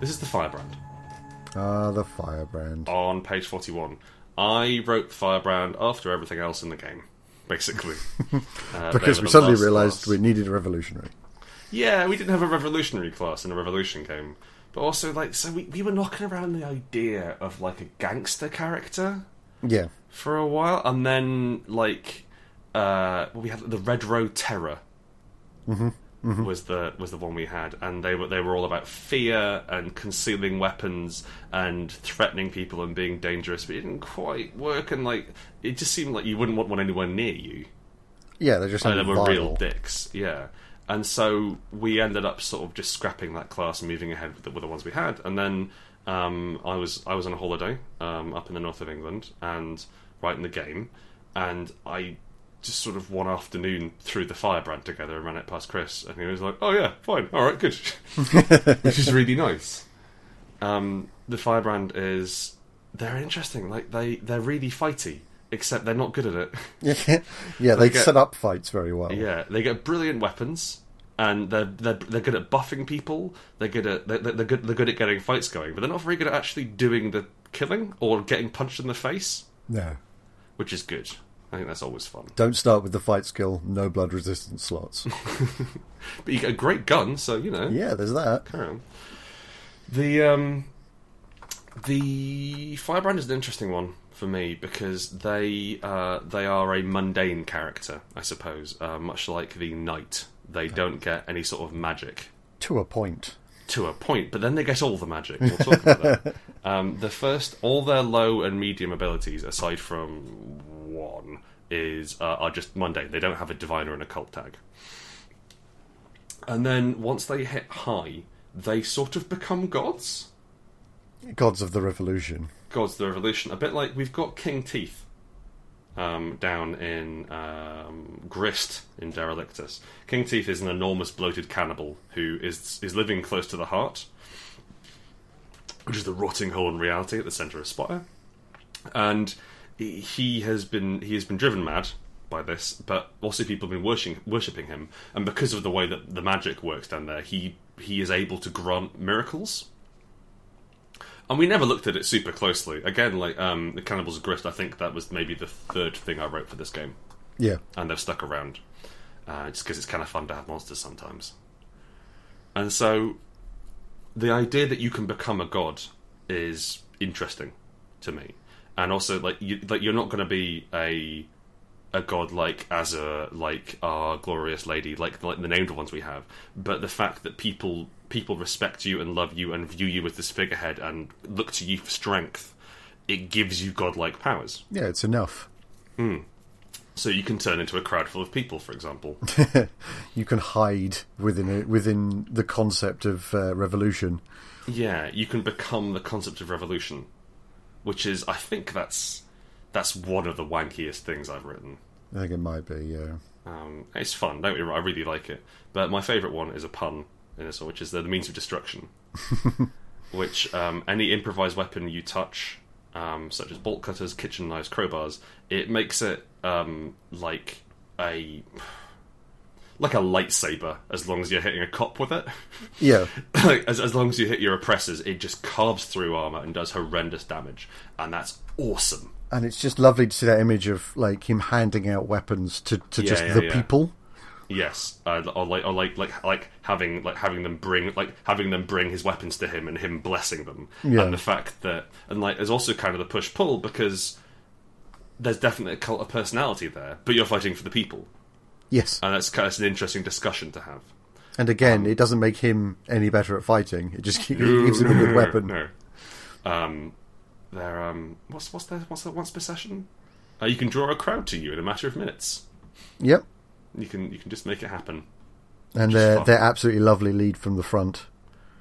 This is the firebrand Ah, the firebrand. on page 41. I wrote the firebrand after everything else in the game, basically. Uh, they were because the we suddenly last realised class. we needed a revolutionary. Yeah, we didn't have a revolutionary class in a revolution game. But also, like, so we, we were knocking around the idea of, like, a gangster character Yeah. for a while, and then, like, uh, well, we had the Red Row Terror. Was the was the one we had, and they were they were all about fear and concealing weapons and threatening people and being dangerous, but it didn't quite work. And like, it just seemed like you wouldn't want one anywhere near you. Yeah, they just And they sounded were real vile. dicks, yeah. And so we ended up sort of just scrapping that class and moving ahead with the, with the ones we had. And then um, I was I was on a holiday um, up in the north of England and writing the game, and I just sort of one afternoon threw the firebrand together and ran it past Chris, and he was like, "Oh yeah, fine, all right, good," which is really nice. Um, the firebrand is they're interesting, like they they're really fighty, except they're not good at it. yeah, they get- set up fights very well. Yeah, they get brilliant weapons, and they're they're, they're good at buffing people. They're good at they're, they're good they're good at getting fights going, but they're not very good at actually doing the killing or getting punched in the face, No. which is good. I think that's always fun. Don't start with the fight skill, no blood resistance slots. But you get a great gun, so you know. yeah, there's that. carry on. The um, the Firebrand is an interesting one for me because they uh, they are a mundane character, I suppose. Uh, much like the Knight, they don't get any sort of magic. To a point. to a point, but then they get all the magic. We'll talk about that. Um, the first, all their low and medium abilities, aside from one, is uh, are just mundane. They don't have a divine or an occult tag. And then once they hit high, they sort of become gods. Gods of the Revolution. Gods of the Revolution, a bit like we've got King Teeth um, down in um, Grist in Derelictus. King Teeth is an enormous bloated cannibal who is is living close to the heart, which is the rotting hole in reality at the centre of Spire, and he- he has been he has been driven mad by this, but also people have been worshiping worshipping him, and because of the way that the magic works down there, he he is able to grant miracles and we never looked at it super closely. Again, like um, the Cannibals of Grist, I think that was maybe the third thing I wrote for this game, Yeah. and they've stuck around uh, just because it's kind of fun to have monsters sometimes. And so, the idea that you can become a god is interesting to me, and also like you, like you're not going to be a a god like Azure, like our glorious lady, like like the named ones we have, but the fact that people people respect you and love you and view you as this figurehead and look to you for strength, it gives you godlike powers. Yeah, it's enough. So you can turn into a crowd full of people, for example. You can hide within it, within the concept of uh, revolution. yeah, you can become the concept of revolution, which is I think that's that's one of the wankiest things I've written. I think it might be, yeah. Um, it's fun. Don't get me wrong, I really like it. But my favourite one is a pun in this one, which is the, the means of destruction, which um, any improvised weapon you touch, um, such as bolt cutters, kitchen knives, crowbars, it makes it um, like a like a lightsaber. As long as you're hitting a cop with it, Yeah. like, as as long as you hit your oppressors, it just carves through armor and does horrendous damage, and that's awesome. And it's just lovely to see that image of like him handing out weapons to, to Yeah, just yeah, the yeah. people. Yes, uh, or like, or like, like, like having, like having them bring, like having them bring his weapons to him and him blessing them, Yeah. and the fact that, and like, there's also kind of the push pull because there's definitely a cult of personality there, but you're fighting for the people, Yes. and that's kind of it's an interesting discussion to have. And Um, again, it doesn't make him any better at fighting. It just gives him a good weapon. No, um, they're um, what's what's their what's that once per session? Uh, you can draw a crowd to you in a matter of minutes. Yep. You can you can just make it happen. And is they're fun. they're absolutely lovely lead from the front.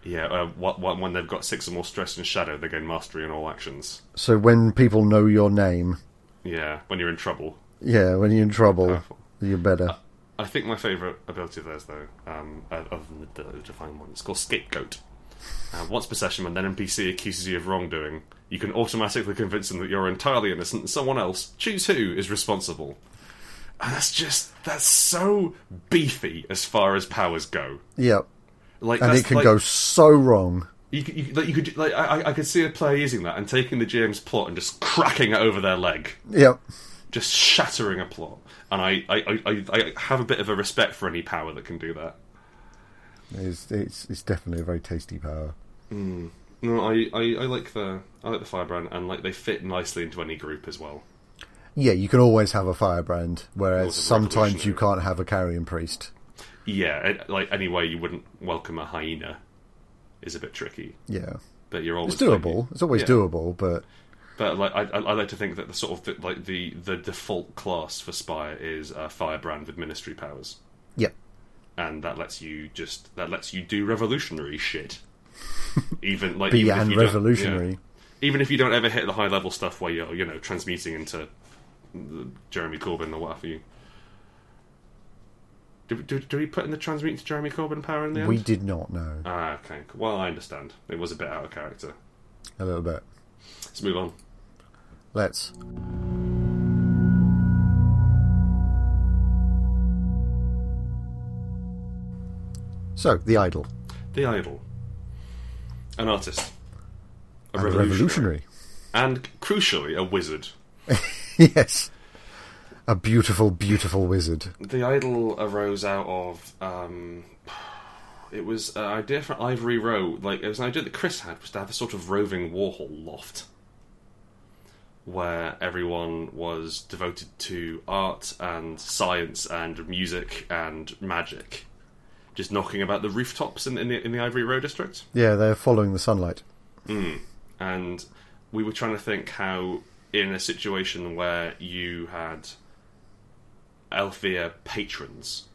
Yeah, uh, wh- wh- when they've got six or more stress and shadow, they gain mastery on all actions. So when people know your name, Yeah, when you're in trouble. yeah, when you're in trouble, Powerful. Uh, you're better. I think my favourite ability of theirs, though, um, uh, other than the, the divine one, it's called Scapegoat. Uh, once per session, when an NPC accuses you of wrongdoing, you can automatically convince them that you're entirely innocent and someone else, choose who, is responsible. And that's just, that's so beefy as far as powers go. Yeah. Like, And that's it can like- go so wrong. You, could- you, like, you could like I, I could see a player using that and taking the James plot and just cracking it over their leg, Yep. just shattering a plot. And I, I, I- I, I have a bit of a respect for any power that can do that. It's, it's it's definitely a very tasty power. No, I, I, I like the I like the firebrand and like they fit nicely into any group as well. Yeah, you can always have a firebrand, whereas Also sometimes you revolutionary. can't have a carrion priest. Yeah, it, like anyway, you wouldn't welcome a hyena is a bit tricky, Yeah, but you're always it's doable. It's always Yeah. doable, but But like I, I I like to think that the sort of the, like the the default class for Spire is uh, firebrand with ministry powers, yeah, and that lets you just that lets you do revolutionary shit. Even like even if beyond you don't- revolutionary. yeah. even if you don't ever hit the high level stuff where you're you know transmuting into the Jeremy Corbyn or what have you. Do, do, do we put in the transmute to Jeremy Corbyn power in the We end? did not know Ah, okay. Well, I understand. It was a bit out of character. a little bit. Let's move on. Let's. So the idol, The Idol. An artist. A and the revolutionary. And crucially, a wizard. revolutionary. yes, a beautiful, beautiful wizard. The Idol arose out of. Um, it was an idea for Ivory Row. Like, it was an idea that Chris had, was to have a sort of roving Warhol loft. Where everyone was devoted to art and science and music and magic. Just knocking about the rooftops in, in, the, in the Ivory Row district. Yeah, they're following the sunlight. and we were trying to think how in a situation where you had Althea patrons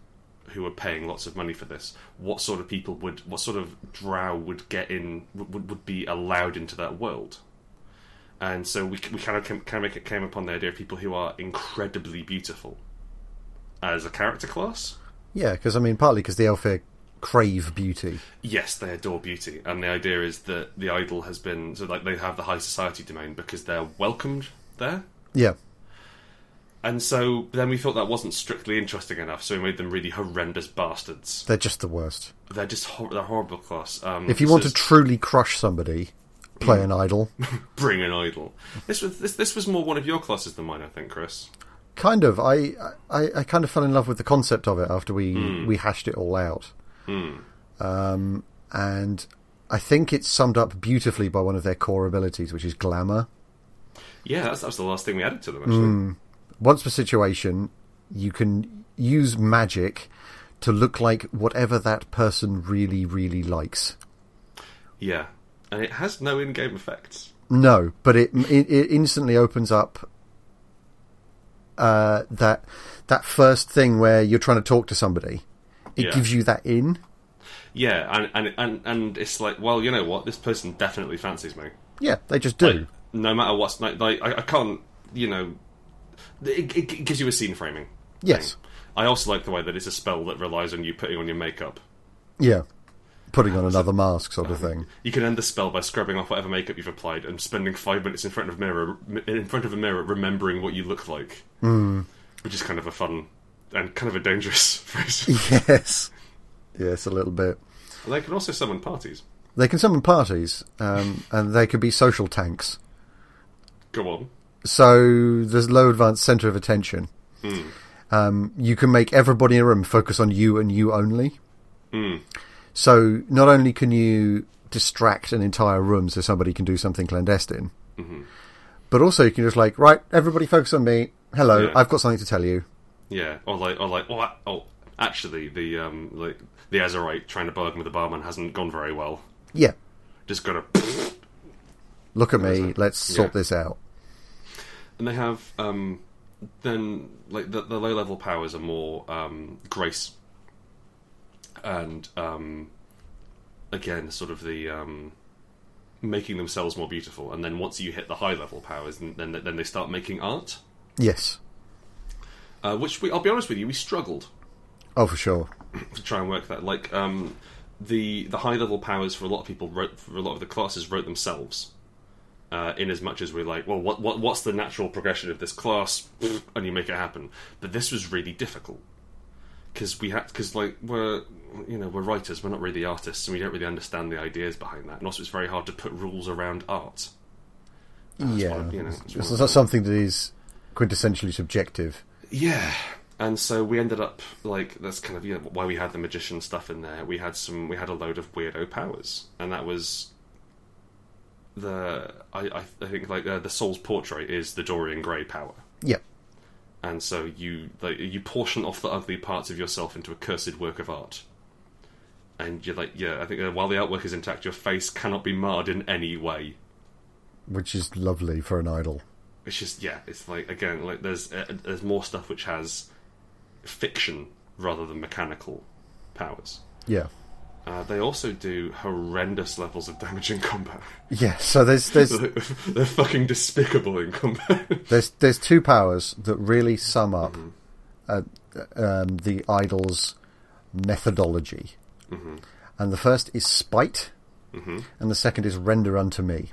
who were paying lots of money for this, what sort of people would, what sort of drow would get in, would, would be allowed into that world? And so we, we kind of came, kind of make it- came upon the idea of people who are incredibly beautiful as a character class. Yeah, because I mean, partly because the elf here crave beauty. Yes, they adore beauty, and the idea is that the idol has been so like they have the high society domain because they're welcomed there. Yeah, And so then we thought that wasn't strictly interesting enough, so we made them really horrendous bastards. they're just the worst. They're just hor- they're horrible class. Um, If you this want to is- truly crush somebody, play Mm. an idol. bring an idol, this was this, this was more one of your classes than mine, I think, Chris. kind of. I, I I kind of fell in love with the concept of it after we we hashed it all out. Um, and I think it's summed up beautifully by one of their core abilities, which is glamour. Yeah, that's, that was the last thing we added to them. Actually, Hmm. Once per situation, you can use magic to look like whatever that person really really likes. yeah, and it has no in-game effects. No, but it it, it instantly opens up uh, that that first thing where you're trying to talk to somebody. It Yeah. gives you that in. Yeah, and, and and and it's like, well, you know what? This person definitely fancies me. Yeah, they just do. No matter what's like, like I, I can't, you know, it, it, it gives you a scene framing. yes. I also like the way that it's a spell that relies on you putting on your makeup. Yeah. Putting on another mask, sort of thing. You can end the spell by scrubbing off whatever makeup you've applied and spending five minutes in front of a mirror, in front of a mirror, remembering what you look like, mm. which is kind of a fun and kind of a dangerous phrase. Yes. Yes, a little bit. And they can also summon parties. They can summon parties, um, and they could be social tanks. Go on. So there's low advanced center of attention. Um, you can make everybody in a room focus on you and you only. So not only can you distract an entire room so somebody can do something clandestine, but also you can just like, right, everybody focus on me. Hello, Yeah. I've got something to tell you. Yeah, or like, or like, oh, oh actually, the um, like the Azurite trying to bargain with the barman hasn't gone very well. Yeah, Just gotta. look at me. Let's sort Yeah. this out. and they have um, then like the, the low level powers are more um, grace and um, again sort of the um, making themselves more beautiful and then once you hit the high level powers then then, then they start making art Yes. uh, which we, I'll be honest with you we struggled Oh, for sure. to try and work that like um, the the high level powers for a lot of people wrote for a lot of the classes wrote themselves uh, in as much as we're like well what, what what's the natural progression of this class and you make it happen but this was really difficult because we had because like we're you know we're writers we're not really artists and we don't really understand the ideas behind that and also it's very hard to put rules around art That's yeah, what I- you know, it's, that's it's what I- not something that is quintessentially subjective. yeah and so we ended up like that's kind of you know why we had the magician stuff in there we had some we had a load of weirdo powers and that was the i i, I think like uh, the soul's portrait is the dorian gray power Yeah, and so you like you portion off the ugly parts of yourself into a cursed work of art. And you're like, yeah, I think uh, while the artwork is intact, your face cannot be marred in any way. which is lovely for an idol. It's just, yeah, it's like again, like there's uh, there's more stuff which has fiction rather than mechanical powers. Yeah, Uh, they also do horrendous levels of damage in combat. yeah. So there's there's They're fucking despicable in combat. there's there's two powers that really sum up Mm-hmm. uh, um, the idol's methodology, Mm-hmm. and the first is spite, and the second is render unto me.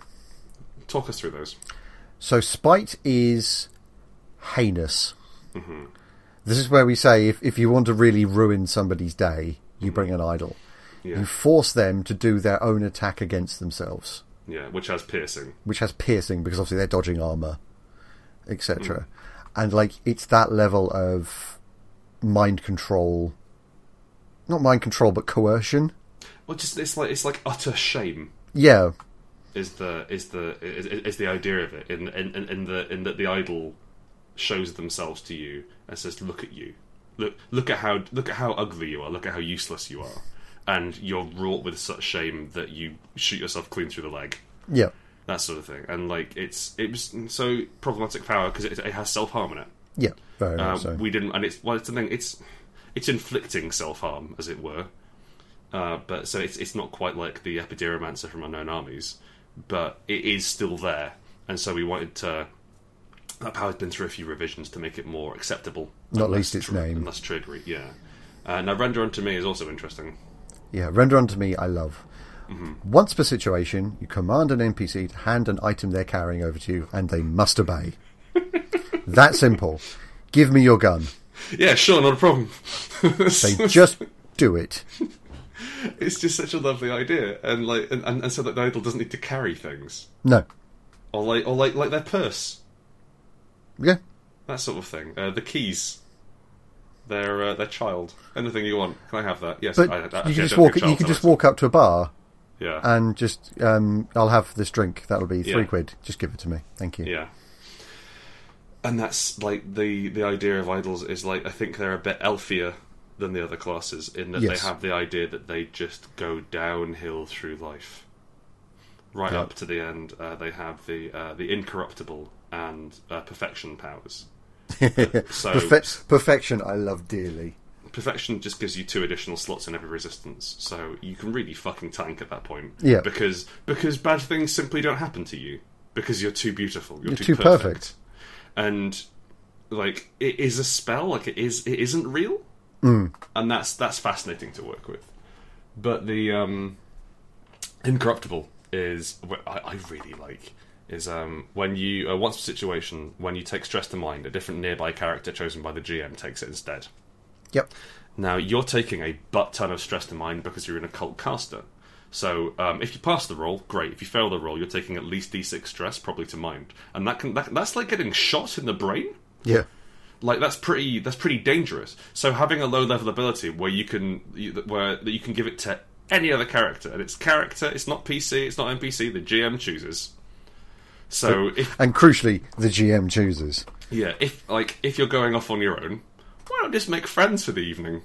Talk us through those. So spite is heinous. This is where we say if if you want to really ruin somebody's day, you bring an idol. Yeah, You force them to do their own attack against themselves. yeah, which has piercing. which has piercing because obviously they're dodging armor, etc. And like it's that level of mind control, not mind control, but coercion. Well, just it's like it's like utter shame. Yeah, is the is the is, is the idea of it in in, in, in the in that the idol shows themselves to you and says look at you look look at how look at how ugly you are look at how useless you are and you're wrought with such shame that you shoot yourself clean through the leg yeah, that sort of thing and like it's it was so problematic power because it, it has self-harm in it yeah, very uh, much so. we didn't and it's well it's the thing it's it's inflicting self-harm as it were uh, but so it's it's not quite like the epiduromancer from unknown armies but it is still there and so we wanted to that power's been through a few revisions to make it more acceptable Not and least less its tri- name. and less triggery yeah uh, now render unto me is also interesting Yeah, render unto me, I love. Mm-hmm. Once per situation, you command an NPC to hand an item they're carrying over to you, and they must obey. that simple. Give me your gun. yeah sure not a problem They just do it. it's just such a lovely idea and like and, and, and so that the idol doesn't need to carry things No. or like or like like their purse Yeah. that sort of thing. Uh, the keys, their uh, their child, anything you want. Can I have that? Yes, But I, I, you actually, can I just don't walk. give You child can just service. walk Uh. up to a bar Yeah, and just um, I'll have this drink. That'll be three Yeah. quid. Just give it to me. Thank you. yeah. And that's like the the idea of idols is like I think they're a bit elfier than the other classes in that Yes. they have the idea that they just go downhill through life, right Yeah. up to the end. Uh, they have the uh, the incorruptible and uh, perfection powers. so Perfe- perfection, I love dearly. perfection just gives you two additional slots in every resistance, so you can really fucking tank at that point. Yeah. Because because bad things simply don't happen to you because you're too beautiful. You're, You're too, too perfect. perfect. And like it is a spell. Like it is. It isn't real. And that's that's fascinating to work with. But the um, incorruptible is what I, I really like. Is um, when you uh, once a situation when you take stress to mind, a different nearby character chosen by the GM takes it instead. Yep. Now you're taking a butt ton of stress to mind because you're an occult caster. So um, if you pass the roll, great. If you fail the roll, you're taking at least d6 stress, probably to mind, and that can that, that's like getting shot in the brain. Yeah. Like that's pretty that's pretty dangerous. So having a low level ability where you can you, where that you can give it to any other character, and it's character, it's not PC, it's not NPC. The GM chooses. So if And crucially, the GM chooses. yeah, if like if you're going off on your own, why not just make friends for the evening?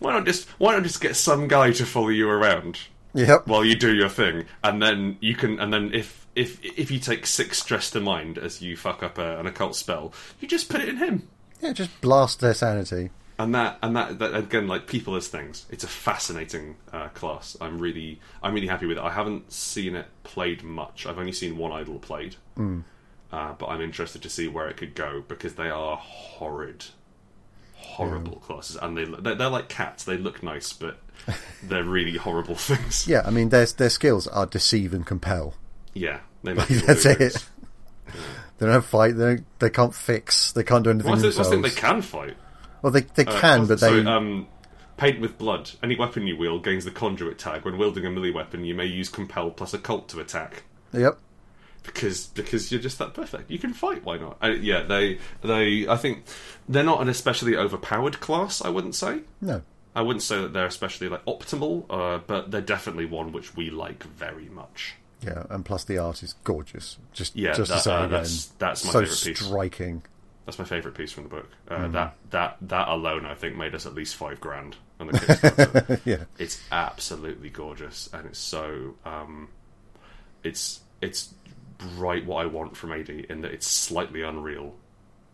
Why not just why not just get some guy to follow you around Yep. while you do your thing, and then you can and then if if if you take six stress to mind as you fuck up a, an occult spell, you just put it in him, Yeah, just blast their sanity. and that and that, that again like people as things. It's a fascinating uh, class. I'm really I'm really happy with it. I haven't seen it played much. I've only seen one idol played. Mm. Uh, but I'm interested to see where it could go because they are horrid, horrible classes, and they they're, they're like cats. They look nice, but they're really horrible things. Yeah, I mean, their their skills are deceive and compel. Yeah, they make people That's do it. things. They don't fight. They don't, they can't fix. They can't do anything Well, I think, I themselves. think they can fight. Well, they they can, but they uh, So, um, paint with blood. Any weapon you wield gains the conduit tag. When wielding a melee weapon, you may use compel plus a cult to attack yep. because because you're just that perfect. You can fight. Why not? Uh, yeah, they they. I think they're not an especially overpowered class. I wouldn't say. No, I wouldn't say that they're especially like optimal, uh, but they're definitely one which we like very much. yeah, and plus the art is gorgeous. Just Yeah, just that- to say uh, again, that's- that's my so favourite piece. striking. That's my favourite piece from the book. Uh, Hmm. That that that alone, I think, made us at least five grand on the Kickstarter. yeah, it's absolutely gorgeous and it's so um it's it's right what i want from ad in that it's slightly unreal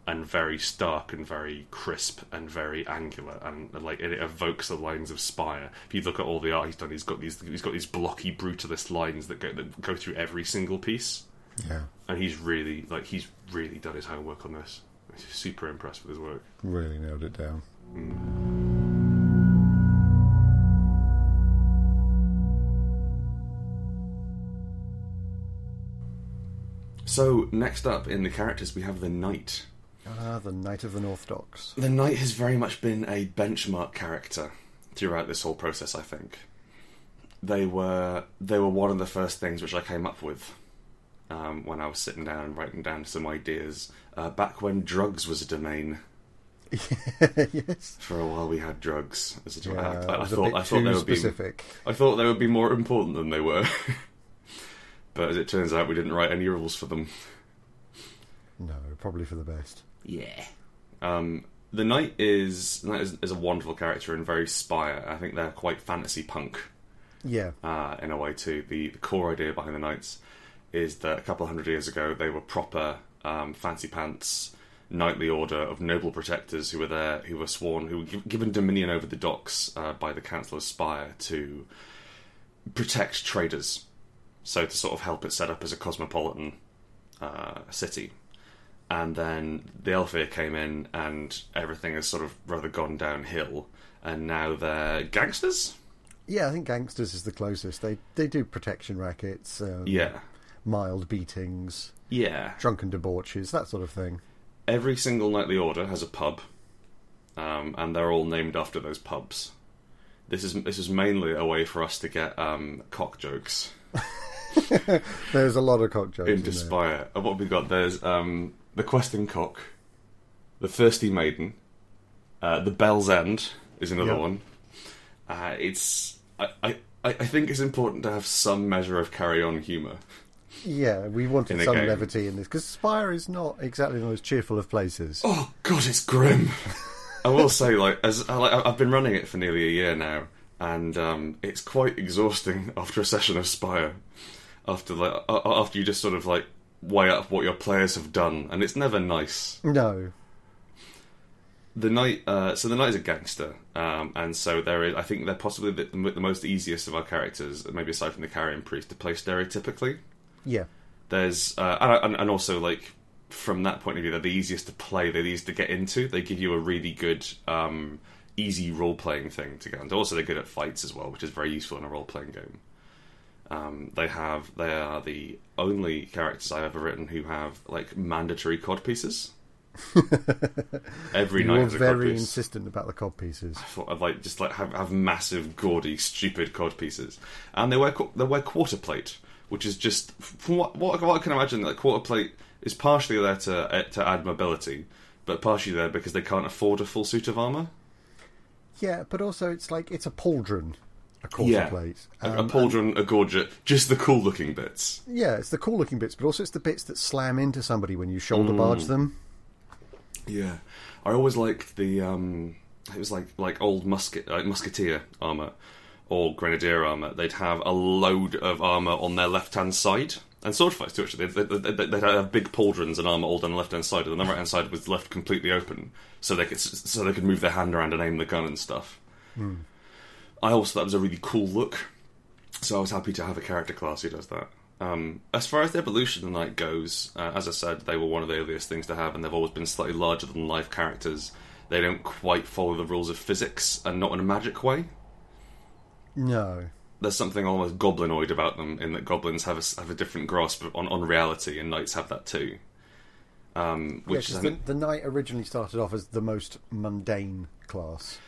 and very stark and very crisp and very angular and like it evokes the lines of spire if you look at all the art he's done he's got these he's got these blocky brutalist lines that go that go through every single piece yeah, and he's really like he's really done his homework on this I'm just super impressed with his work really nailed it down. so next up in the characters we have the knight Ah, the Knight of the North Docks. The knight has very much been a benchmark character throughout this whole process. I think they were they were one of the first things which I came up with um, when I was sitting down and writing down some ideas uh, back when drugs was a domain. yes, For a while, we had drugs as a domain. yeah, I, I it was a thought bit I thought too they would be specific. I thought they would be more important than they were, but as it turns out, we didn't write any rules for them. No, probably for the best. Yeah. Um, the knight is the knight is, is a wonderful character and very spire. I think they're quite fantasy punk Yeah, uh, in a way too. The, the core idea behind the knights is that a couple of hundred years ago they were proper um, fancy pants knightly order of noble protectors who were there, who were sworn, who were gi- given dominion over the docks uh, by the Council of Spire to protect traders. So to sort of help it set up as a cosmopolitan uh, city. And then the Elfir came in, and everything has sort of rather gone downhill. And now they're gangsters. yeah. I think gangsters is the closest. They they do protection rackets, um, Yeah, mild beatings, yeah. drunken debauches, that sort of thing. every single nightly order has a pub, um, and they're all named after those pubs. This is this is mainly a way for us to get um, cock jokes There's a lot of cock jokes. in into there. Spire. And what have we got? There's um, the questing cock, the thirsty maiden, uh, the bell's end is another Yep. one. Uh, it's I, I I I think it's important to have some measure of carry on humour. Yeah, we wanted In a some game. levity in this because Spire is not exactly the most cheerful of places. Oh god, it's grim. I will say, like, as I, like, I've been running it for nearly a year now, and um, it's quite exhausting after a session of Spire. After like, a- a- after you just sort of like weigh up what your players have done, and it's never nice. No, The knight, uh, so the knight is a gangster, um, and so there is. I think they're possibly the, the most easiest of our characters, maybe aside from the carrion priest, to play stereotypically. yeah, there's uh, and- and, and also like from that point of view they're the easiest to play they're the easiest to get into they give you a really good um, easy role-playing thing to get into also they're good at fights as well which is very useful in a role-playing game um, they have they are the only characters i've ever written who have like mandatory cod pieces every you night were is a cod very piece insistent about the cod pieces. sort of like just like have, have massive, gaudy, stupid cod pieces, and they wear qu- they wear quarter plate, which is just from what what, what I can imagine that quarter plate is partially there to uh, to add mobility, but partially there because they can't afford a full suit of armor. Yeah, but also it's like it's a pauldron, a quarter Yeah. plate. A- Um, a pauldron, a gorget, just the cool looking bits. yeah, it's the cool looking bits, but also it's the bits that slam into somebody when you shoulder Mm. barge them. Yeah, I always liked the um, it was like like old musket like musketeer armor or grenadier armor. They'd have a load of armor on their left hand side and sword fights too. Actually, they'd, they'd, they'd, they'd have big pauldrons and armor all down the left hand side, and the right hand side was left completely open, so they could so they could move their hand around and aim the gun and stuff. I also thought that was a really cool look, so I was happy to have a character class who does that. Um, as far as the evolution of the knight goes, uh, as I said, they were one of the earliest things to have, and they've always been slightly larger than life characters. They don't quite follow the rules of physics, and not in a magic way. No, There's something almost goblinoid about them, in that goblins have a, s- have a different grasp on, on reality, and knights have that too. um, which yeah, is 'cause the, the knight originally started off as the most mundane class.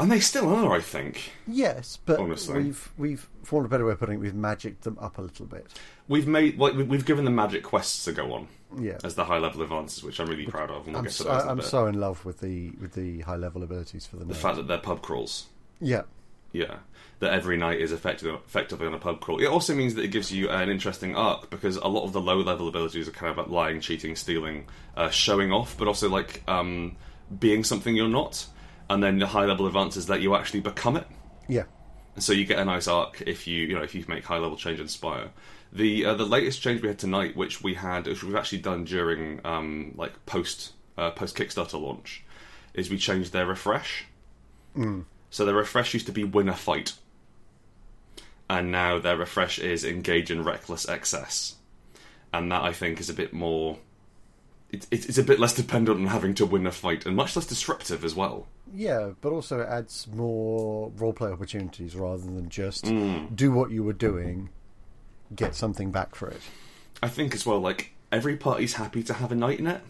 and they still are, I think. Yes, but Honestly. we've we've for want of a better way of putting it, we've magicked them up a little bit. We've made like we- we've given them magic quests to go on Yeah, as the high level advances, which I'm really proud of, and we'll I'm, get to so, those in a I'm bit. so in love with the with the high level abilities for the The knight. fact that they're pub crawls, Yeah, yeah, that every night is effective, effectively on a pub crawl. It also means that it gives you an interesting arc because a lot of the low level abilities are kind of like lying, cheating, stealing, uh, showing off, but also like um, being something you're not, and then the high level advances let you actually become it. yeah, so you get a nice arc if you you know if you make high level change inspire the uh, the latest change we had tonight which we had which we've actually done during um like post uh, post kickstarter launch is we changed their refresh so their refresh used to be win a fight and now their refresh is engage in reckless excess and that i think is a bit more it's it's it's a bit less dependent on having to win a fight and much less disruptive as well yeah. But also it adds more roleplay opportunities rather than just Hmm. do what you were doing, get something back for it. i think as well like every party's happy to have a night in it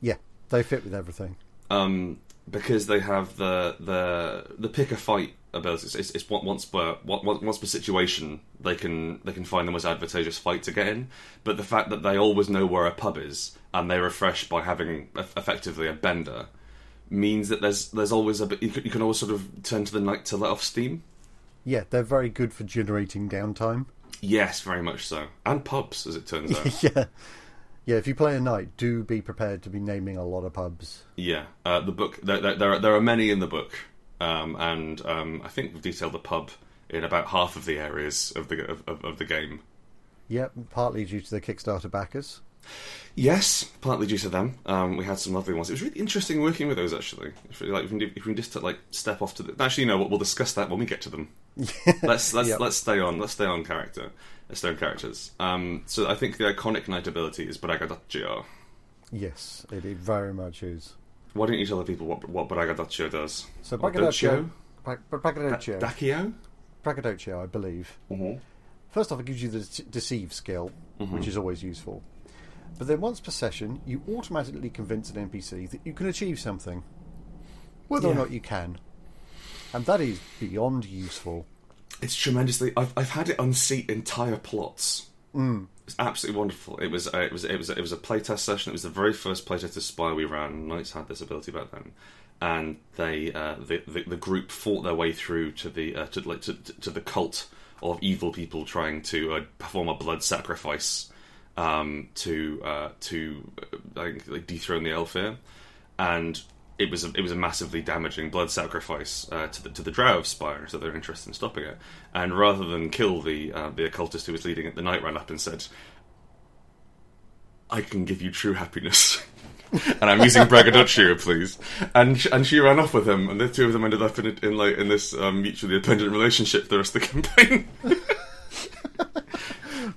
Yeah, they fit with everything. um, because they have the the the pick a fight ability. It's, it's, it's one- once per one- one- once per situation they can they can find the most advantageous fight to get in. But the fact that they always know where a pub is and they refresh by having eff- effectively a bender means that there's there's always a bit, you can, you can always sort of turn to the night to let off steam. Yeah, they're very good for generating downtime. Yes, very much so, and pubs as it turns out. yeah. Yeah, if you play a knight, do be prepared to be naming a lot of pubs. Yeah, uh, the book. There, there, there, are, there are many in the book, um, and um, I think we've detailed the pub in about half of the areas of the of, of, of the game. Yep, partly due to the Kickstarter backers. Yes, partly due to them. Um, we had some lovely ones. It was really interesting working with those actually. If we, like, if we, can- if we can just like step off to the. Actually, you know what? We'll discuss that when we get to them. let's let's Yep. let's stay on. Let's stay on character. Let's stay on characters. Um, so I think the iconic knight ability is Baragadaccio. Yes, it, it very much is. Why don't you tell the people what what Baragadaccio does? So Or Braggadocio, Doccio? Bra- Bra- Braggadocio, Dacio. Braggadocio, I believe. Mm-hmm. First off, it gives you the de- deceive skill, which is always useful. But then once per session, you automatically convince an NPC that you can achieve something, whether or Yeah. not you can, and that is beyond useful. It's tremendously. I've I've had it unseat entire plots. It's absolutely wonderful. It was uh, it was it was it was a playtest session. It was the very first playtest of Spy we ran. Knights had this ability back then, and they uh, the, the the group fought their way through to the uh, to like to, to the cult of evil people trying to uh, perform a blood sacrifice um, to uh, to uh, I think, like dethrone the Elfir, and it was a, it was a massively damaging blood sacrifice uh, to the to the Drow of Spire, so they're interested in stopping it. And rather than kill the uh, the occultist who was leading it, the knight ran up and said, "I can give you true happiness." and I'm using braggadocio, please. And sh- and she ran off with him, and the two of them ended up in, in like in this um, mutually dependent relationship the rest of the campaign.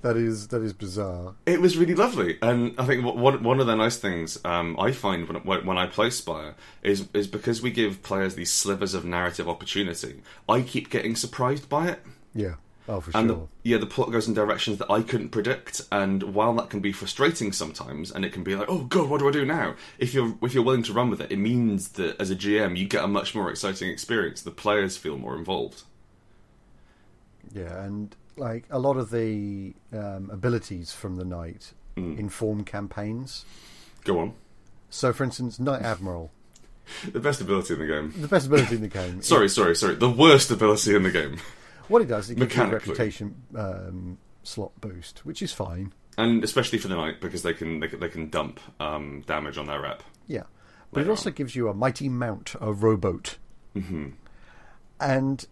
That is that is bizarre. It was really lovely, and I think wh- one one of the nice things um, I find when, when when I play Spire is is because we give players these slivers of narrative opportunity. I keep getting surprised by it, Yeah. Oh, for and sure. the, yeah, the plot goes in directions that I couldn't predict. And while that can be frustrating sometimes, and it can be like, oh god, what do I do now? If you're if you're willing to run with it, it means that as a GM you get a much more exciting experience. The players feel more involved. Yeah, and like a lot of the um, abilities from the knight inform campaigns. Go on, So, for instance, Knight Admiral, the best ability in the game. the best ability in the game. is- Sorry, sorry, sorry. The worst ability in the game. what it does, it gives you a Mechanically. reputation um, slot boost, which is fine. and especially for the night because they can they can, they can dump um, damage on their rep. Yeah, but it Later also gives you a mighty mount, a rowboat, mm-hmm. and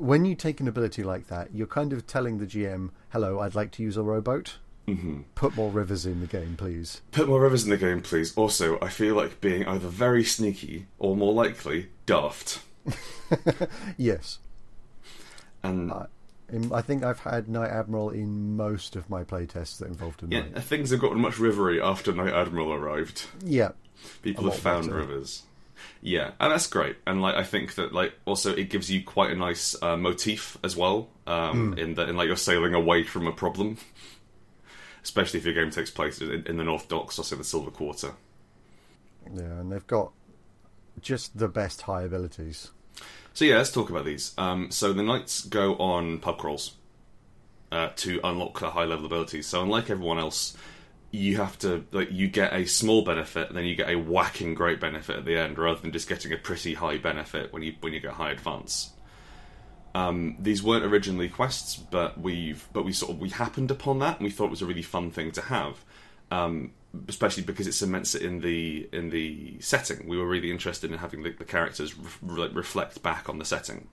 when you take an ability like that, you're kind of telling the GM, "Hello, I'd like to use a rowboat. Mm-hmm. Put more rivers in the game, please." Put more rivers in the game, please. Also, I feel like being either very sneaky or more likely daft. Yes, And Um, I think I've had Knight Admiral in most of my playtests that involved a yeah, knight. things have gotten much rivery after Night Admiral arrived. Yeah. People A have lot found better. rivers. Yeah, and that's great. And like, I think that like also it gives you quite a nice uh, Hmm. motif as well. Um, In that, in like you're sailing away from a problem. especially if your game takes place in, in the North Docks or say the Silver Quarter. Yeah, and they've got just the best high abilities. So yeah, let's talk about these. Um, so the knights go on pub crawls uh, to unlock their high level abilities. So unlike everyone else, you have to like you get a small benefit, and then you get a whacking great benefit at the end, rather than just getting a pretty high benefit when you when you get high advance. Um, these weren't originally quests, but we've but we sort of we happened upon that, and we thought it was a really fun thing to have. Um, especially because it cements it in the in the setting. We were really interested in having the, the characters re- reflect back on the setting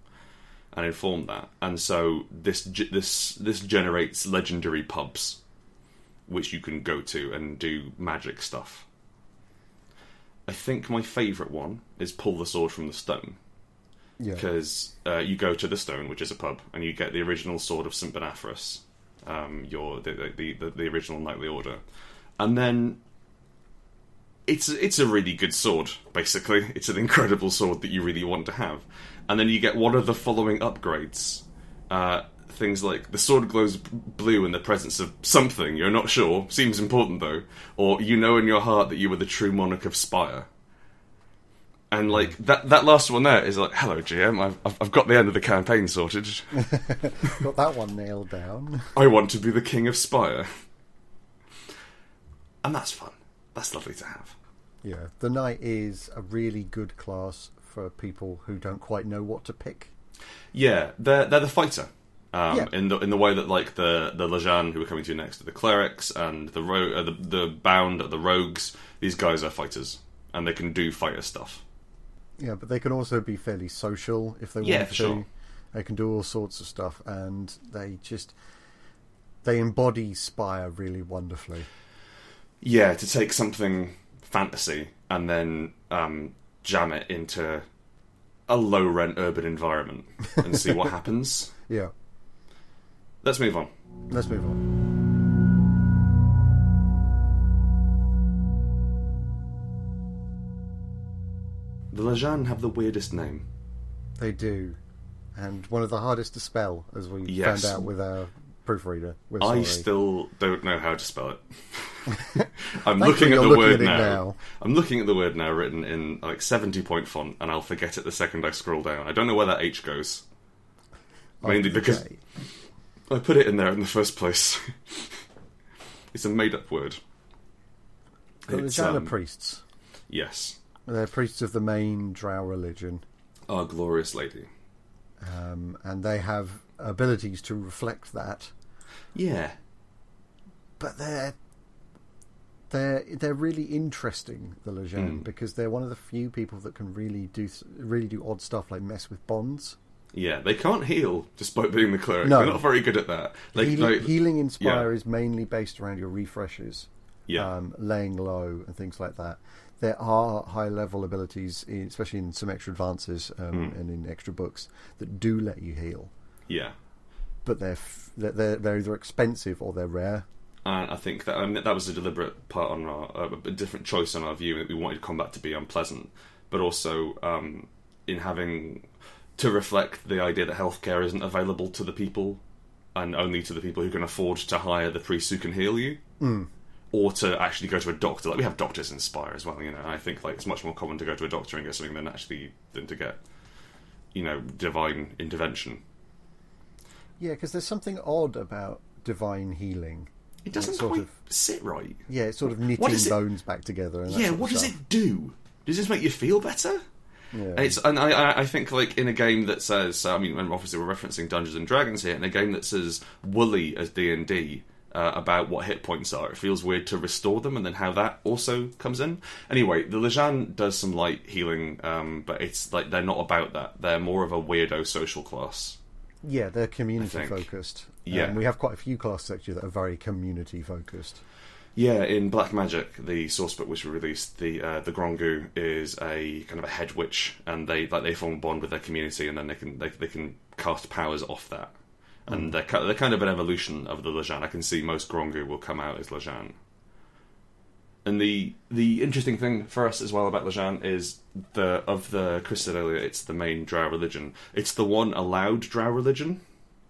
and inform that. And so this ge- this this generates legendary pubs, which you can go to and do magic stuff. I think my favourite one is pull the sword from the stone Yeah, because uh, you go to the stone, which is a pub, and you get the original sword of Saint Benafris, um, your the the, the the original knightly order, and then it's it's a really good sword. Basically, it's an incredible sword that you really want to have, and then you get one of the following upgrades. Uh, Things like the sword glows b- blue in the presence of something you're not sure seems important though, or you know in your heart that you were the true monarch of Spire and like that that last one there is like hello gm i've I've- i've got the end of the campaign sorted got that one nailed down. i want to be the king of spire and that's fun that's lovely to have Yeah, the knight is a really good class for people who don't quite know what to pick. yeah they're they're the fighter um, Yeah. in the in the way that like the the lejan who we're coming to next are the clerics and the ro- uh, the, the bound are the rogues these guys are fighters and they can do fighter stuff Yeah, but they can also be fairly social if they Yeah, want for to. sure. They can do all sorts of stuff, and they just they embody Spire really wonderfully. yeah to take something fantasy and then um, jam it into a low rent urban environment and see what happens Yeah, let's move on let's move on. the lejan have the weirdest name They do, and one of the hardest to spell, as we Yes. found out with our proofreader. We're i sorry. still don't know how to spell it i'm Thankfully, looking at you're the looking word at it now. now. i'm looking at the word now written in like 70 point font and i'll forget it the second i scroll down i don't know where that h goes mainly because Okay. i put it in there in the first place it's a made-up word the It's, Lajana um, priests. yes They're priests of the main Drow religion, our glorious lady um, and they have abilities to reflect that. Yeah. but they're they're they're really interesting the Hmm. Lejeune because they're one of the few people that can really do really do odd stuff like mess with bonds. Yeah, they can't heal despite being the cleric. No. They're not very good at that. Like, healing, like- healing inspire yeah. is mainly based around your refreshes, yeah, um, laying low and things like that. There are high level abilities, in, especially in some extra advances um, Hmm. and in extra books, that do let you heal, yeah. but they're f- they're they're they're either expensive or they're rare. And I think that I mean, that was a deliberate part on our uh, a different choice on our view that we wanted combat to be unpleasant, but also um, in having to reflect the idea that healthcare isn't available to the people and only to the people who can afford to hire the priests who can heal you. Mm. Or to actually go to a doctor, like we have doctors in Spire as well, you know. And I think like it's much more common to go to a doctor and get something than actually than to get, you know, divine intervention. Yeah, because there's something odd about divine healing. It doesn't sort quite of- sit right. Yeah, it's sort of knitting is it- bones back together. And that Yeah, sort of what does stuff. it do? Does this make you feel better? Yeah. And it's and I- I, I think like in a game that says I mean and obviously we're referencing Dungeons and Dragons here in a game that says woolly as D and D uh, about what hit points are it feels weird to restore them and then how that also comes in anyway the Lejan does some light healing um, but it's like they're not about that they're more of a weirdo social class yeah, they're community think. focused. Yeah. Um, we have quite a few class sections that are very community focused. Yeah, in Black Magic, the source book which we released, the uh, the Grongu is a kind of a head witch, and they like they form a bond with their community, and then they can they, they can cast powers off that, and they're ki- they're kind of an evolution of the Lejan. I can see most Grongu will come out as Lejan. And the the interesting thing for us as well about Lejan is the of the Crystalia, it's the main Drow religion. It's the one allowed Drow religion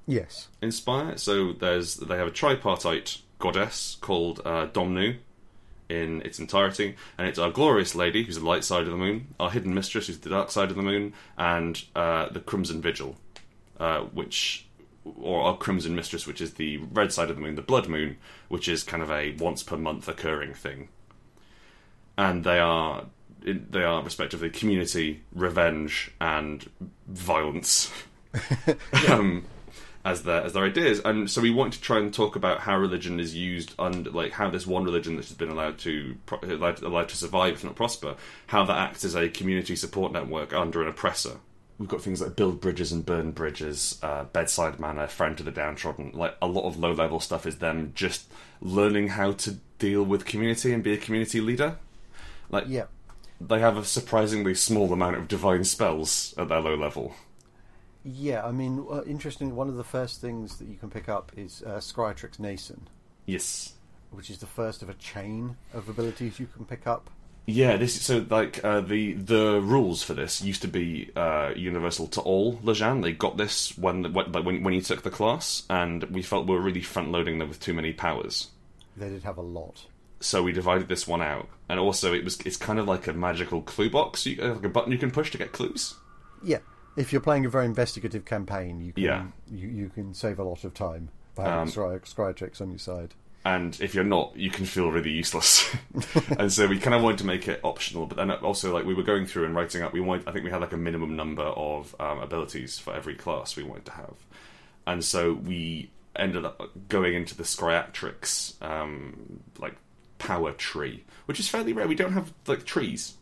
Yes. inspire. So there's they have a tripartite goddess called uh, Domnu in its entirety, and it's our glorious lady, who's the light side of the moon, our hidden mistress, who's the dark side of the moon, and uh, the Crimson Vigil, uh, which, or our Crimson Mistress, which is the red side of the moon, the Blood Moon, which is kind of a once per month occurring thing, and they are they are respectively community, revenge, and violence. um, as their as their ideas. And so we want to try and talk about how religion is used under like how this one religion that has been allowed to pro- allowed, allowed to survive if not prosper, how that acts as a community support network under an oppressor. We've got things like build bridges and burn bridges, uh, bedside manner, friend to the downtrodden. Like a lot of low level stuff is them just learning how to deal with community and be a community leader. Like Yeah. they have a surprisingly small amount of divine spells at their low level. Yeah, I mean, uh, interestingly, one of the first things that you can pick up is uh, Scryatrix Nason, Yes. which is the first of a chain of abilities you can pick up. Yeah, this so like uh, the the rules for this used to be uh, universal to all Lejean. They got this when when like, when when you took the class, and we felt we were really front loading them with too many powers. They did have a lot. So we divided this one out, and also it was it's kind of like a magical clue box, you, uh, like a button you can push to get clues. Yeah, if you're playing a very investigative campaign, you can Yeah. Um, you, you can save a lot of time by having Scry- Scryatrix on your side. and if you're not, you can feel really useless. and so we kind of wanted to make it optional, but then also like we were going through and writing up. We wanted, I think we had like a minimum number of um, abilities for every class we wanted to have, and so we ended up going into the Scryatrix um, like power tree, which is fairly rare. We don't have like trees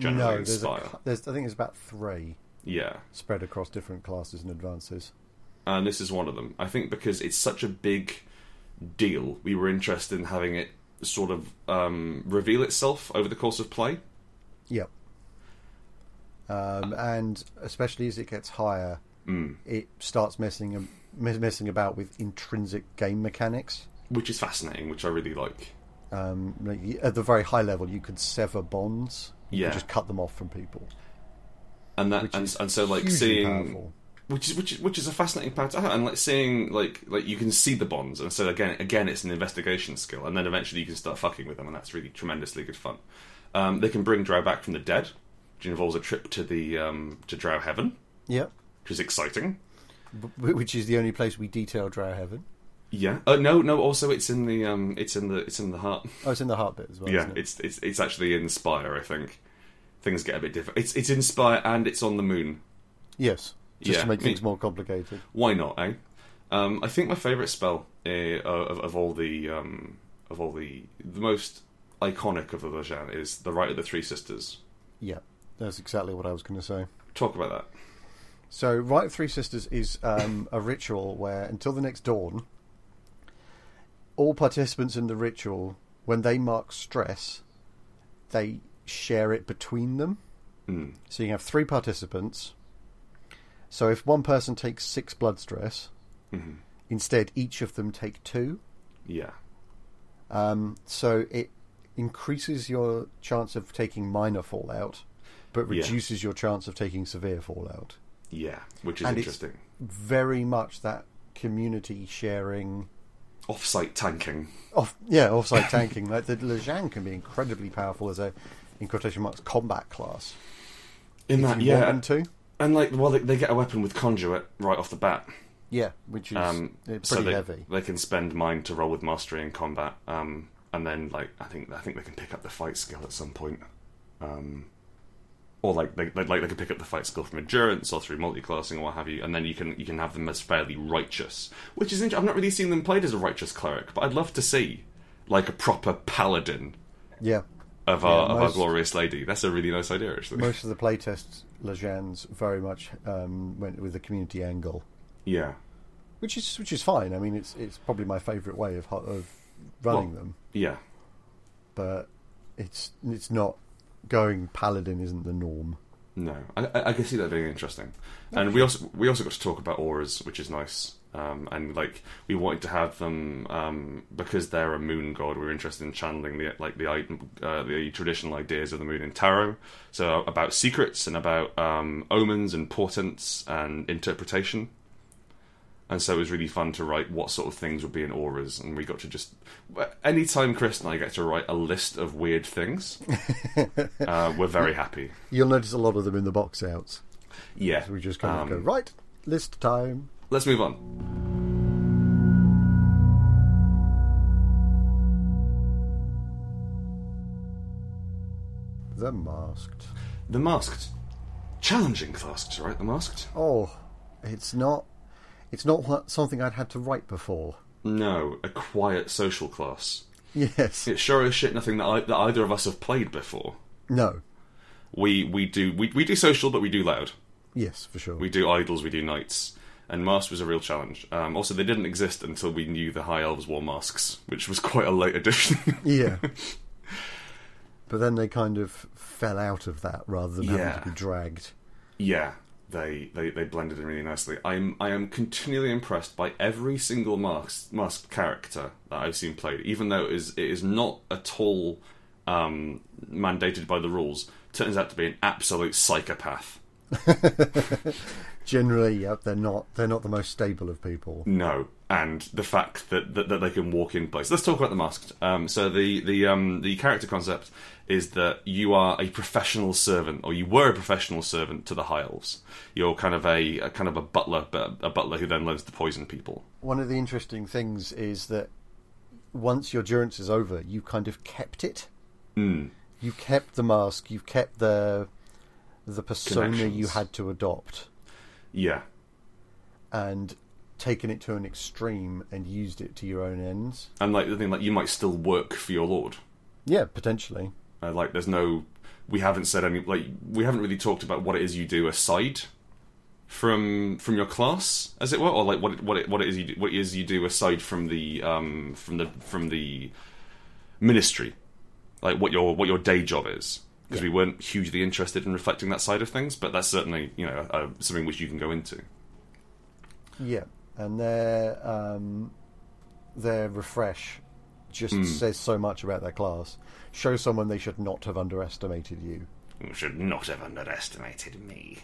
generally no, in there's, a, Spire. cou- there's I think it's about three yeah, spread across different classes and advances. and this is one of them. I think because it's such a big deal, we were interested in having it sort of um, reveal itself over the course of play. Yep. Um, and especially as it gets higher, Hmm. it starts messing mess- messing about with intrinsic game mechanics. which is fascinating, which I really like. Um, like, y- at the very high level, you could sever bonds. You Yeah. could just cut them off from people. And that Which and, is and so like hugely seeing powerful. which is which is, which is a fascinating part to have, and like seeing like like you can see the bonds, and so again again it's an investigation skill, and then eventually you can start fucking with them, and that's really tremendously good fun. Um, they can bring Drow back from the dead, which involves a trip to the um, to Drow heaven, Yep. which is exciting. B- Which is the only place we detail Drow Heaven. Yeah. Oh no, no. Also, it's in the um, it's in the it's in the heart. Oh, it's in the heart bit as well. yeah, isn't it? it's it's it's actually in Spire. I think things get a bit different. It's it's in Spire and it's on the moon. yes. Just Yeah, to make me- things more complicated. why not? Eh? Um, I think my favourite spell eh, of, of all the um, of all the the most iconic of the Lejan is the Rite of the Three Sisters. Yeah, that's exactly what I was going to say. Talk about that. So, Rite of Three Sisters is um, a ritual where, until the next dawn, all participants in the ritual, when they mark stress, they share it between them. Mm. So you have three participants. So if one person takes six blood stress, Mhm. instead each of them take two. Yeah, Um, so it increases your chance of taking minor fallout, but Yeah. reduces your chance of taking severe fallout. yeah, which is And it's- interesting. Very much that community sharing. Off-site tanking. Off, yeah, offside tanking. Like the Lejean can be incredibly powerful as a, in quotation marks, combat class. In If that, you yeah, want them to. and like, well, they, they get a weapon with conduit right off the bat. Yeah, which is Um, uh, pretty so they, heavy. they can spend mine to roll with mastery in combat, um, and then like I think I think they can pick up the fight skill at some point, um, or like they, they like they can pick up the fight skill from endurance or through multi-classing or what have you, and then you can you can have them as fairly righteous, which is interesting. I've not really seen them played as a righteous cleric, but I'd love to see like a proper paladin Yeah. of our Yeah, of our most- glorious lady. That's a really nice idea, actually. most of the playtests, Lejean's very much um, went with the community angle, yeah. which is which is fine. I mean, it's it's probably my favourite way of ho- of running Well- them, Yeah. but it's it's not going paladin isn't the norm. No, I, I, I can see that being interesting, and we also we also got to talk about auras, which is nice. Um, and like we wanted to have them um, because they're a moon god. We were interested in channeling the like the i- uh, the traditional ideas of the moon in tarot. So about secrets and about um, omens and portents and interpretation. and so it was really fun to write what sort of things would be in auras, and we got to just anytime Chris and I get to write a list of weird things, uh, we're very happy. You'll notice a lot of them in the box outs. Yeah, We just kind Um, of go right list time. let's move on. The masked. The masked, challenging tasks, right? The masked. Oh, it's not. It's not what, something I'd had to write before. No, a quiet social class. Yes. It's sure as shit nothing that, I, that either of us have played before. No. We we do we, we do social, but we do loud. Yes, for sure. We do idols, we do knights, and masked was a real challenge. Um, also, they didn't exist until we knew the high elves wore masks, which was quite a late addition. yeah. but then they kind of fell out of that rather than having Yeah. to be dragged. yeah, they, they they blended in really nicely. I'm I am continually impressed by every single masked masked character that I've seen played, even though it is it is not at all um, mandated by the rules. Turns out to be an absolute psychopath. Generally, yep, they're not. They're not the most stable of people. No, and the fact that, that, that they can walk in place. Let's talk about the masked. Um, so the the um, the character concept is that you are a professional servant, or you were a professional servant to the High Elves. You're kind of a, a kind of a butler, but a butler who then learns to poison people. One of the interesting things is that once your durance is over, you kind of kept it. Mm. You kept the mask. You kept the the persona you Connections. had to adopt. Yeah, and taken it to an extreme and used it to your own ends. and like the thing, like you might still work for your lord. Yeah, potentially. Uh, like there's no, we haven't said any. Like we haven't really talked about what it is you do aside from from your class, as it were, or like what it, what it, what it is you do, what it is you do aside from the um from the from the ministry, like what your what your day job is. Because we weren't hugely interested in reflecting that side of things, but that's certainly you know uh, something which you can go into. Yeah, and their um, their refresh just says so much about their class. Show someone they should not have underestimated you, You should not have underestimated me.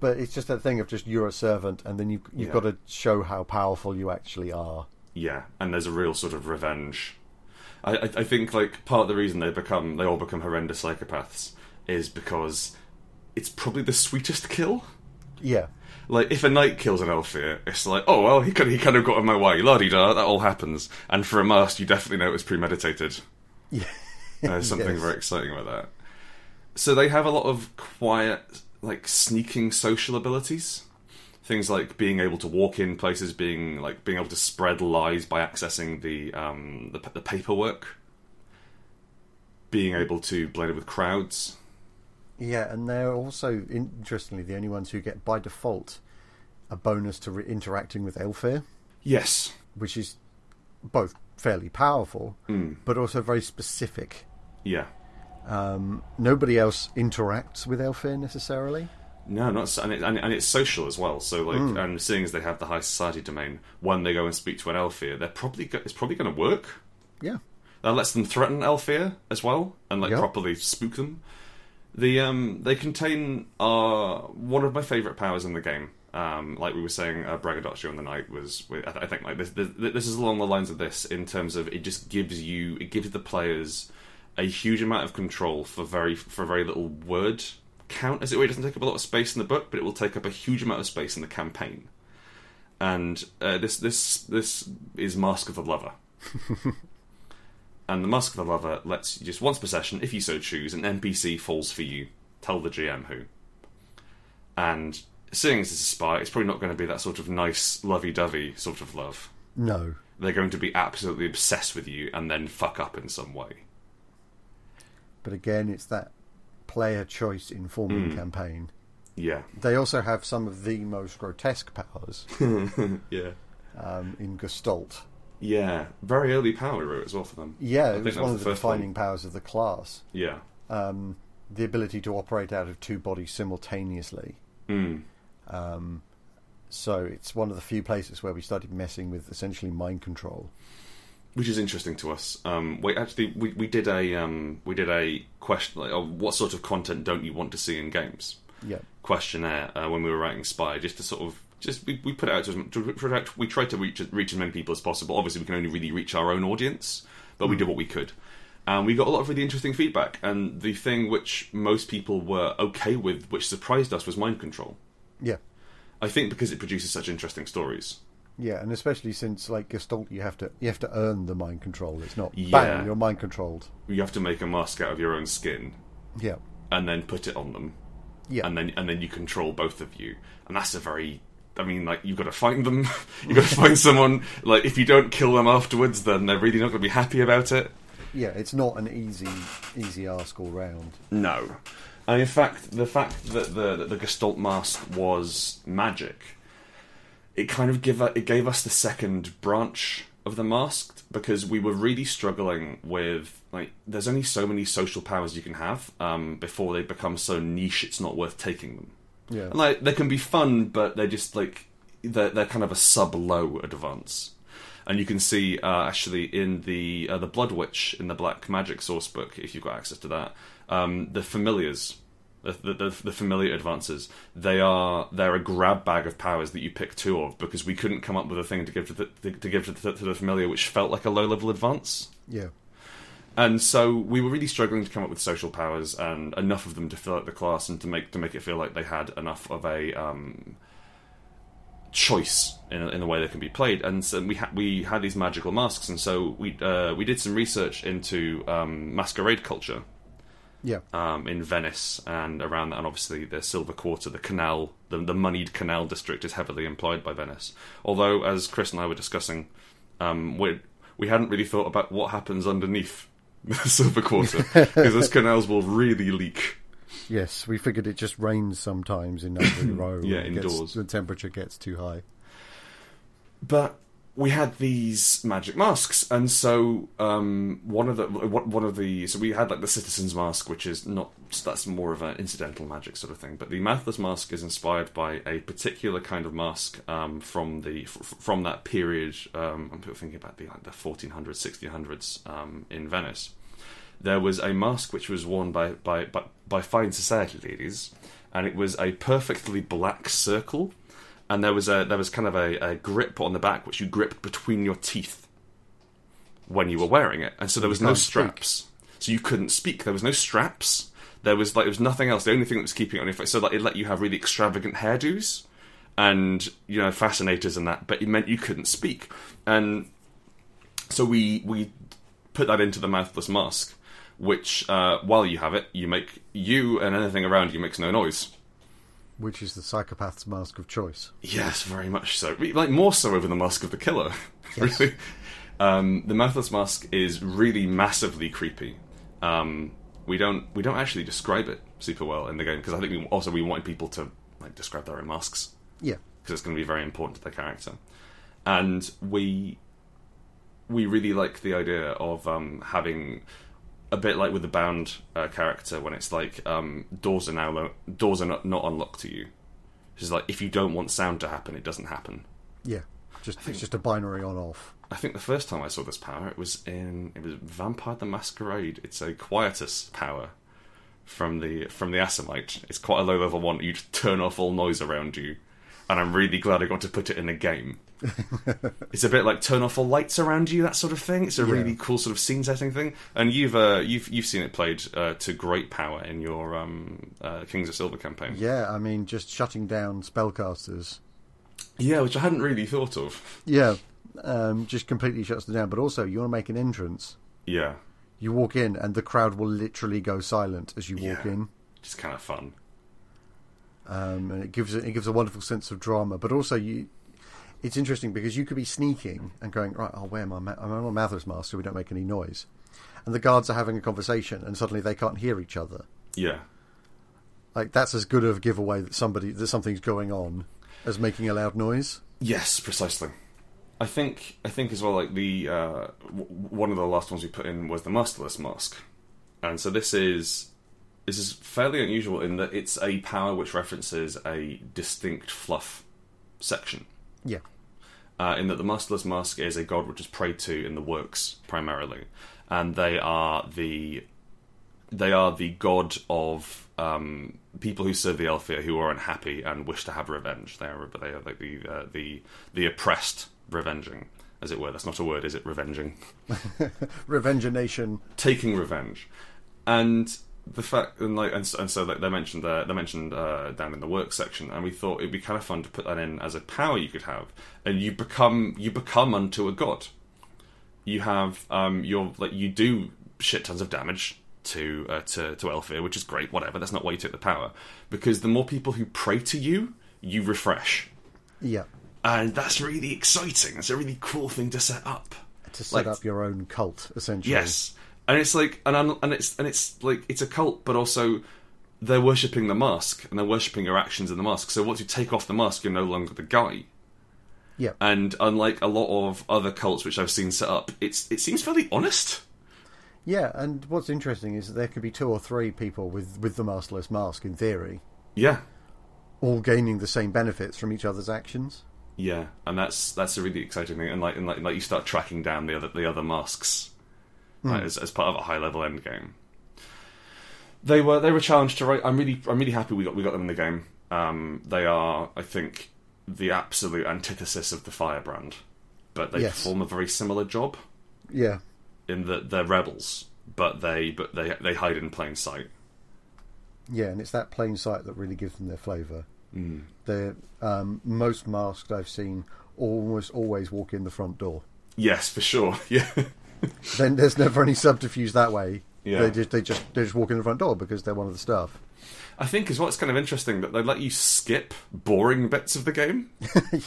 but it's just that thing of just you're a servant, and then you you've Yeah. got to show how powerful you actually are. yeah, and there's a real sort of revenge. I, I, I think like part of the reason they become they all become horrendous psychopaths is because it's probably the sweetest kill. Yeah, Like if a knight kills an elf here, it's like oh well he could he kind of got in my way la di da that all happens. And for a mask, you definitely know it was premeditated. yeah, There's something Yes. very exciting about that. So they have a lot of quiet, like sneaking social abilities. Things like being able to walk in places, being like being able to spread lies by accessing the um, the, p- the paperwork, being able to blend it with crowds. yeah. And they're also interestingly the only ones who get by default a bonus to re- interacting with Elfir. Yes, which is both fairly powerful, but also very specific. yeah, Um, nobody else interacts with Elfir necessarily. no, not so, and, it, and, it- and it's social as well. So like, and seeing as they have the high society domain, when they go and speak to an elf here, they're probably go- it's probably going to work. Yeah, That lets them threaten Althea as well, and like Yep. properly spook them. The um, they contain uh one of my favorite powers in the game. Um, like we were saying, uh, braggadocio on the night was. I, th- I think like this, this this is along the lines of this in terms of it just gives you it gives the players a huge amount of control for very for very little word count. As it were, it doesn't take up a lot of space in the book, but it will take up a huge amount of space in the campaign. And uh, this this this is Mask of the Lover. And the Mask of the Lover lets you just once per session, if you so choose, an NPC falls for you. Tell the GM who. And seeing as it's a spy, it's probably not going to be that sort of nice, lovey dovey sort of love. no, They're going to be absolutely obsessed with you and then fuck up in some way. but again, it's that player choice informing campaign. Yeah. They also have some of the most grotesque powers Yeah. um, in Gestalt. Yeah. Very early power route as well for them. Yeah, it think was that one was of the the first one. defining powers of the class. Yeah. Um, the ability to operate out of two bodies simultaneously. Mm. Um, so it's one of the few places where we started messing with essentially mind control. which is interesting to us. Um, wait, actually, we, we did a um, we did a question like, oh, what sort of content don't you want to see in games? Yeah. questionnaire uh, when we were writing Spy, just to sort of just we, we put it out to, to, to we tried to reach reach as many people as possible. Obviously, we can only really reach our own audience, but we did what we could, and we got a lot of really interesting feedback. And the thing which most people were okay with, which surprised us, was mind control. Yeah. I think because it produces such interesting stories. Yeah, and especially since like Gestalt, you have to you have to earn the mind control. It's not Yeah. bang, you're mind controlled. You have to make a mask out of your own skin Yeah, and then put it on them, yeah, and then and then you control both of you, and that's a very I mean, like you've got to find them. you've got to find someone. Like if you don't kill them afterwards, then they're really not going to be happy about it. yeah. It's not an easy easy ask all round. No. And in fact, the fact that the that the Gestalt mask was magic, it kind of give it gave us the second branch of the mask because we were really struggling with like there's only so many social powers you can have um, before they become so niche it's not worth taking them. Yeah, And, like they can be fun, but they're just like they're, they're kind of a sub low advance. And you can see uh, actually in the uh, the Blood Witch in the Black Magic source book, if you've got access to that, um, the familiars, the, the, the, the familiar advances, they are they're a grab bag of powers that you pick two of because we couldn't come up with a thing to give to the, to give to the, to the familiar which felt like a low level advance. yeah, And so we were really struggling to come up with social powers and enough of them to fill out the class and to make to make it feel like they had enough of a um, choice in, in the way they can be played. And so we ha- we had these magical masks, and so we uh, we did some research into um, masquerade culture yeah, um, in Venice and around that, and obviously the Silver Quarter, the canal, the, the moneyed canal district is heavily employed by Venice. Although, as Chris and I were discussing, um, we we hadn't really thought about what happens underneath the Silver Quarter because those canals will really leak. yes. We figured it just rains sometimes in Napoli Row. when Yeah, it gets- indoors. the temperature gets too high. but we had these magic masks, and so um, one of the one one of the so we had like the citizen's mask, which is not that's more of an incidental magic sort of thing. But the mouthless mask is inspired by a particular kind of mask um, from the f- from that period. Um, I'm thinking about the like the 1400s, 1600s um, in Venice. There was a mask which was worn by by by, by fine society ladies, and it was a perfectly black circle and there was a there was kind of a, a grip on the back which you gripped between your teeth when you were wearing it, and so there was no can't speak. straps, so you couldn't speak. There was no straps. There was like there was nothing else. The only thing that was keeping it on your face, so like it let you have really extravagant hairdos and you know fascinators and that, but it meant you couldn't speak. And so we we put that into the mouthless mask, which uh, while you have it, you make you and anything around you makes no noise. Which is the psychopath's mask of choice. Yes, very much so. Re- Like more so over the Mask of the Killer. really, um, the Mouthless Mask is really massively creepy. Um, we don't we don't actually describe it super well in the game because I think we also we wanted people to like describe their own masks Yeah, because it's going to be very important to their character. And we we really like the idea of um, having a bit like with the bound uh, character when it's like um, doors are now lo- doors are not, not unlocked to you. It's like if you don't want sound to happen, it doesn't happen. yeah. Just it's just a binary on off. I think the first time I saw this power, it was in it was Vampire the Masquerade. It's a quietus power from the from the Asimite. It's quite a low level one. You just turn off all noise around you, and I'm really glad I got to put it in a game. it's a bit like turn off all lights around you, that sort of thing. It's a Yeah. really cool sort of scene setting thing. And you've uh, you've you've seen it played uh, to great power in your um, uh, Kings of Silver campaign. Yeah, I mean, just shutting down spellcasters. yeah, which I hadn't really thought of. Yeah, um, just completely shuts them down. But also, you want to make an entrance. Yeah, You walk in, and the crowd will literally go silent as you walk Yeah. in, just kind of fun. um, and it gives it gives a wonderful sense of drama. But also, you it's interesting because you could be sneaking and going right. I'll wear my ma- I'm wearing my mouthers mask so we don't make any noise, and the guards are having a conversation, and suddenly they can't hear each other. Yeah. Like that's as good of a giveaway that somebody that something's going on as making a loud noise. Yes, precisely. I think I think as well. Like the uh, w- one of the last ones we put in was the masterless mask, and so this is this is fairly unusual in that it's a power which references a distinct fluff section. Yeah, Uh, in that the masterless mask is a god which is prayed to in the works primarily, and they are the they are the god of um, people who serve the Elfir who are unhappy and wish to have revenge. They are, they are like the uh, the the oppressed revenging, as it were. That's not a word, is it? Revenging, Revengination. taking revenge, and the fact and like and, so- and so like, they mentioned there, they mentioned uh, down in the work section, and we thought it'd be kind of fun to put that in as a power you could have, and you become you become unto a god. You have um your like you do shit tons of damage to uh, to to Elfir, which is great. Whatever, that's not why you took the power, because the more people who pray to you, you refresh Yeah. and that's really exciting. That's a really cool thing to set up. To set Like- up your own cult, essentially. Yes, and it's like and I'm, and it's and it's like it's a cult, but also they're worshipping the mask and they're worshipping your actions in the mask. So once you take off the mask, you're no longer the guy. Yeah. And unlike a lot of other cults which I've seen set up, it's it seems fairly honest. Yeah, and what's interesting is that there could be two or three people with, with the masterless mask, in theory, Yeah, all gaining the same benefits from each other's actions. yeah, and that's that's a really exciting thing. And like and like, like you start tracking down the other the other masks like, as, as part of a high level end game. They were they were challenged to write. I'm really I'm really happy we got we got them in the game. Um, they are I think the absolute antithesis of the firebrand, but they Yes. perform a very similar job Yeah. in that they're rebels, but they but they they hide in plain sight. Yeah, and it's that plain sight that really gives them their flavour. Mm. The um, most masked I've seen almost always walk in the front door. Yes, for sure. Yeah, Then there's never any subterfuge that way. Yeah. They just they just they just walk in the front door because they're one of the staff. I think is what's kind of interesting that they let you skip boring bits of the game.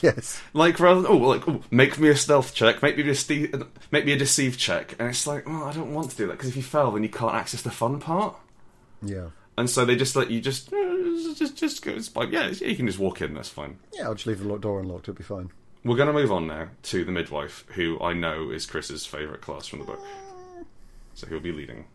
yes. Like rather than oh well, like oh, make me a stealth check, make me a dece- make me a deceive check, and it's like well I don't want to do that because if you fail then you can't access the fun part, Yeah. and so they just let you just eh, just just go it's fine. yeah you can just walk in that's fine. Yeah, I'll just leave the lo- door unlocked. It'll be fine. We're gonna move on now to the midwife, who I know is Chris's favorite class from the book, so he'll be leading.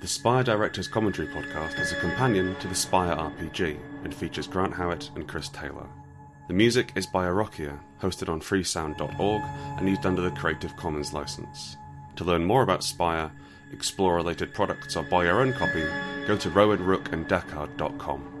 The Spire Director's Commentary podcast is a companion to the Spire RPG and features Grant Howitt and Chris Taylor. The music is by Orokia, hosted on freesound.org and used under the Creative Commons license. To learn more about Spire, explore related products, or buy your own copy, go to rowanrookanddeckard.com.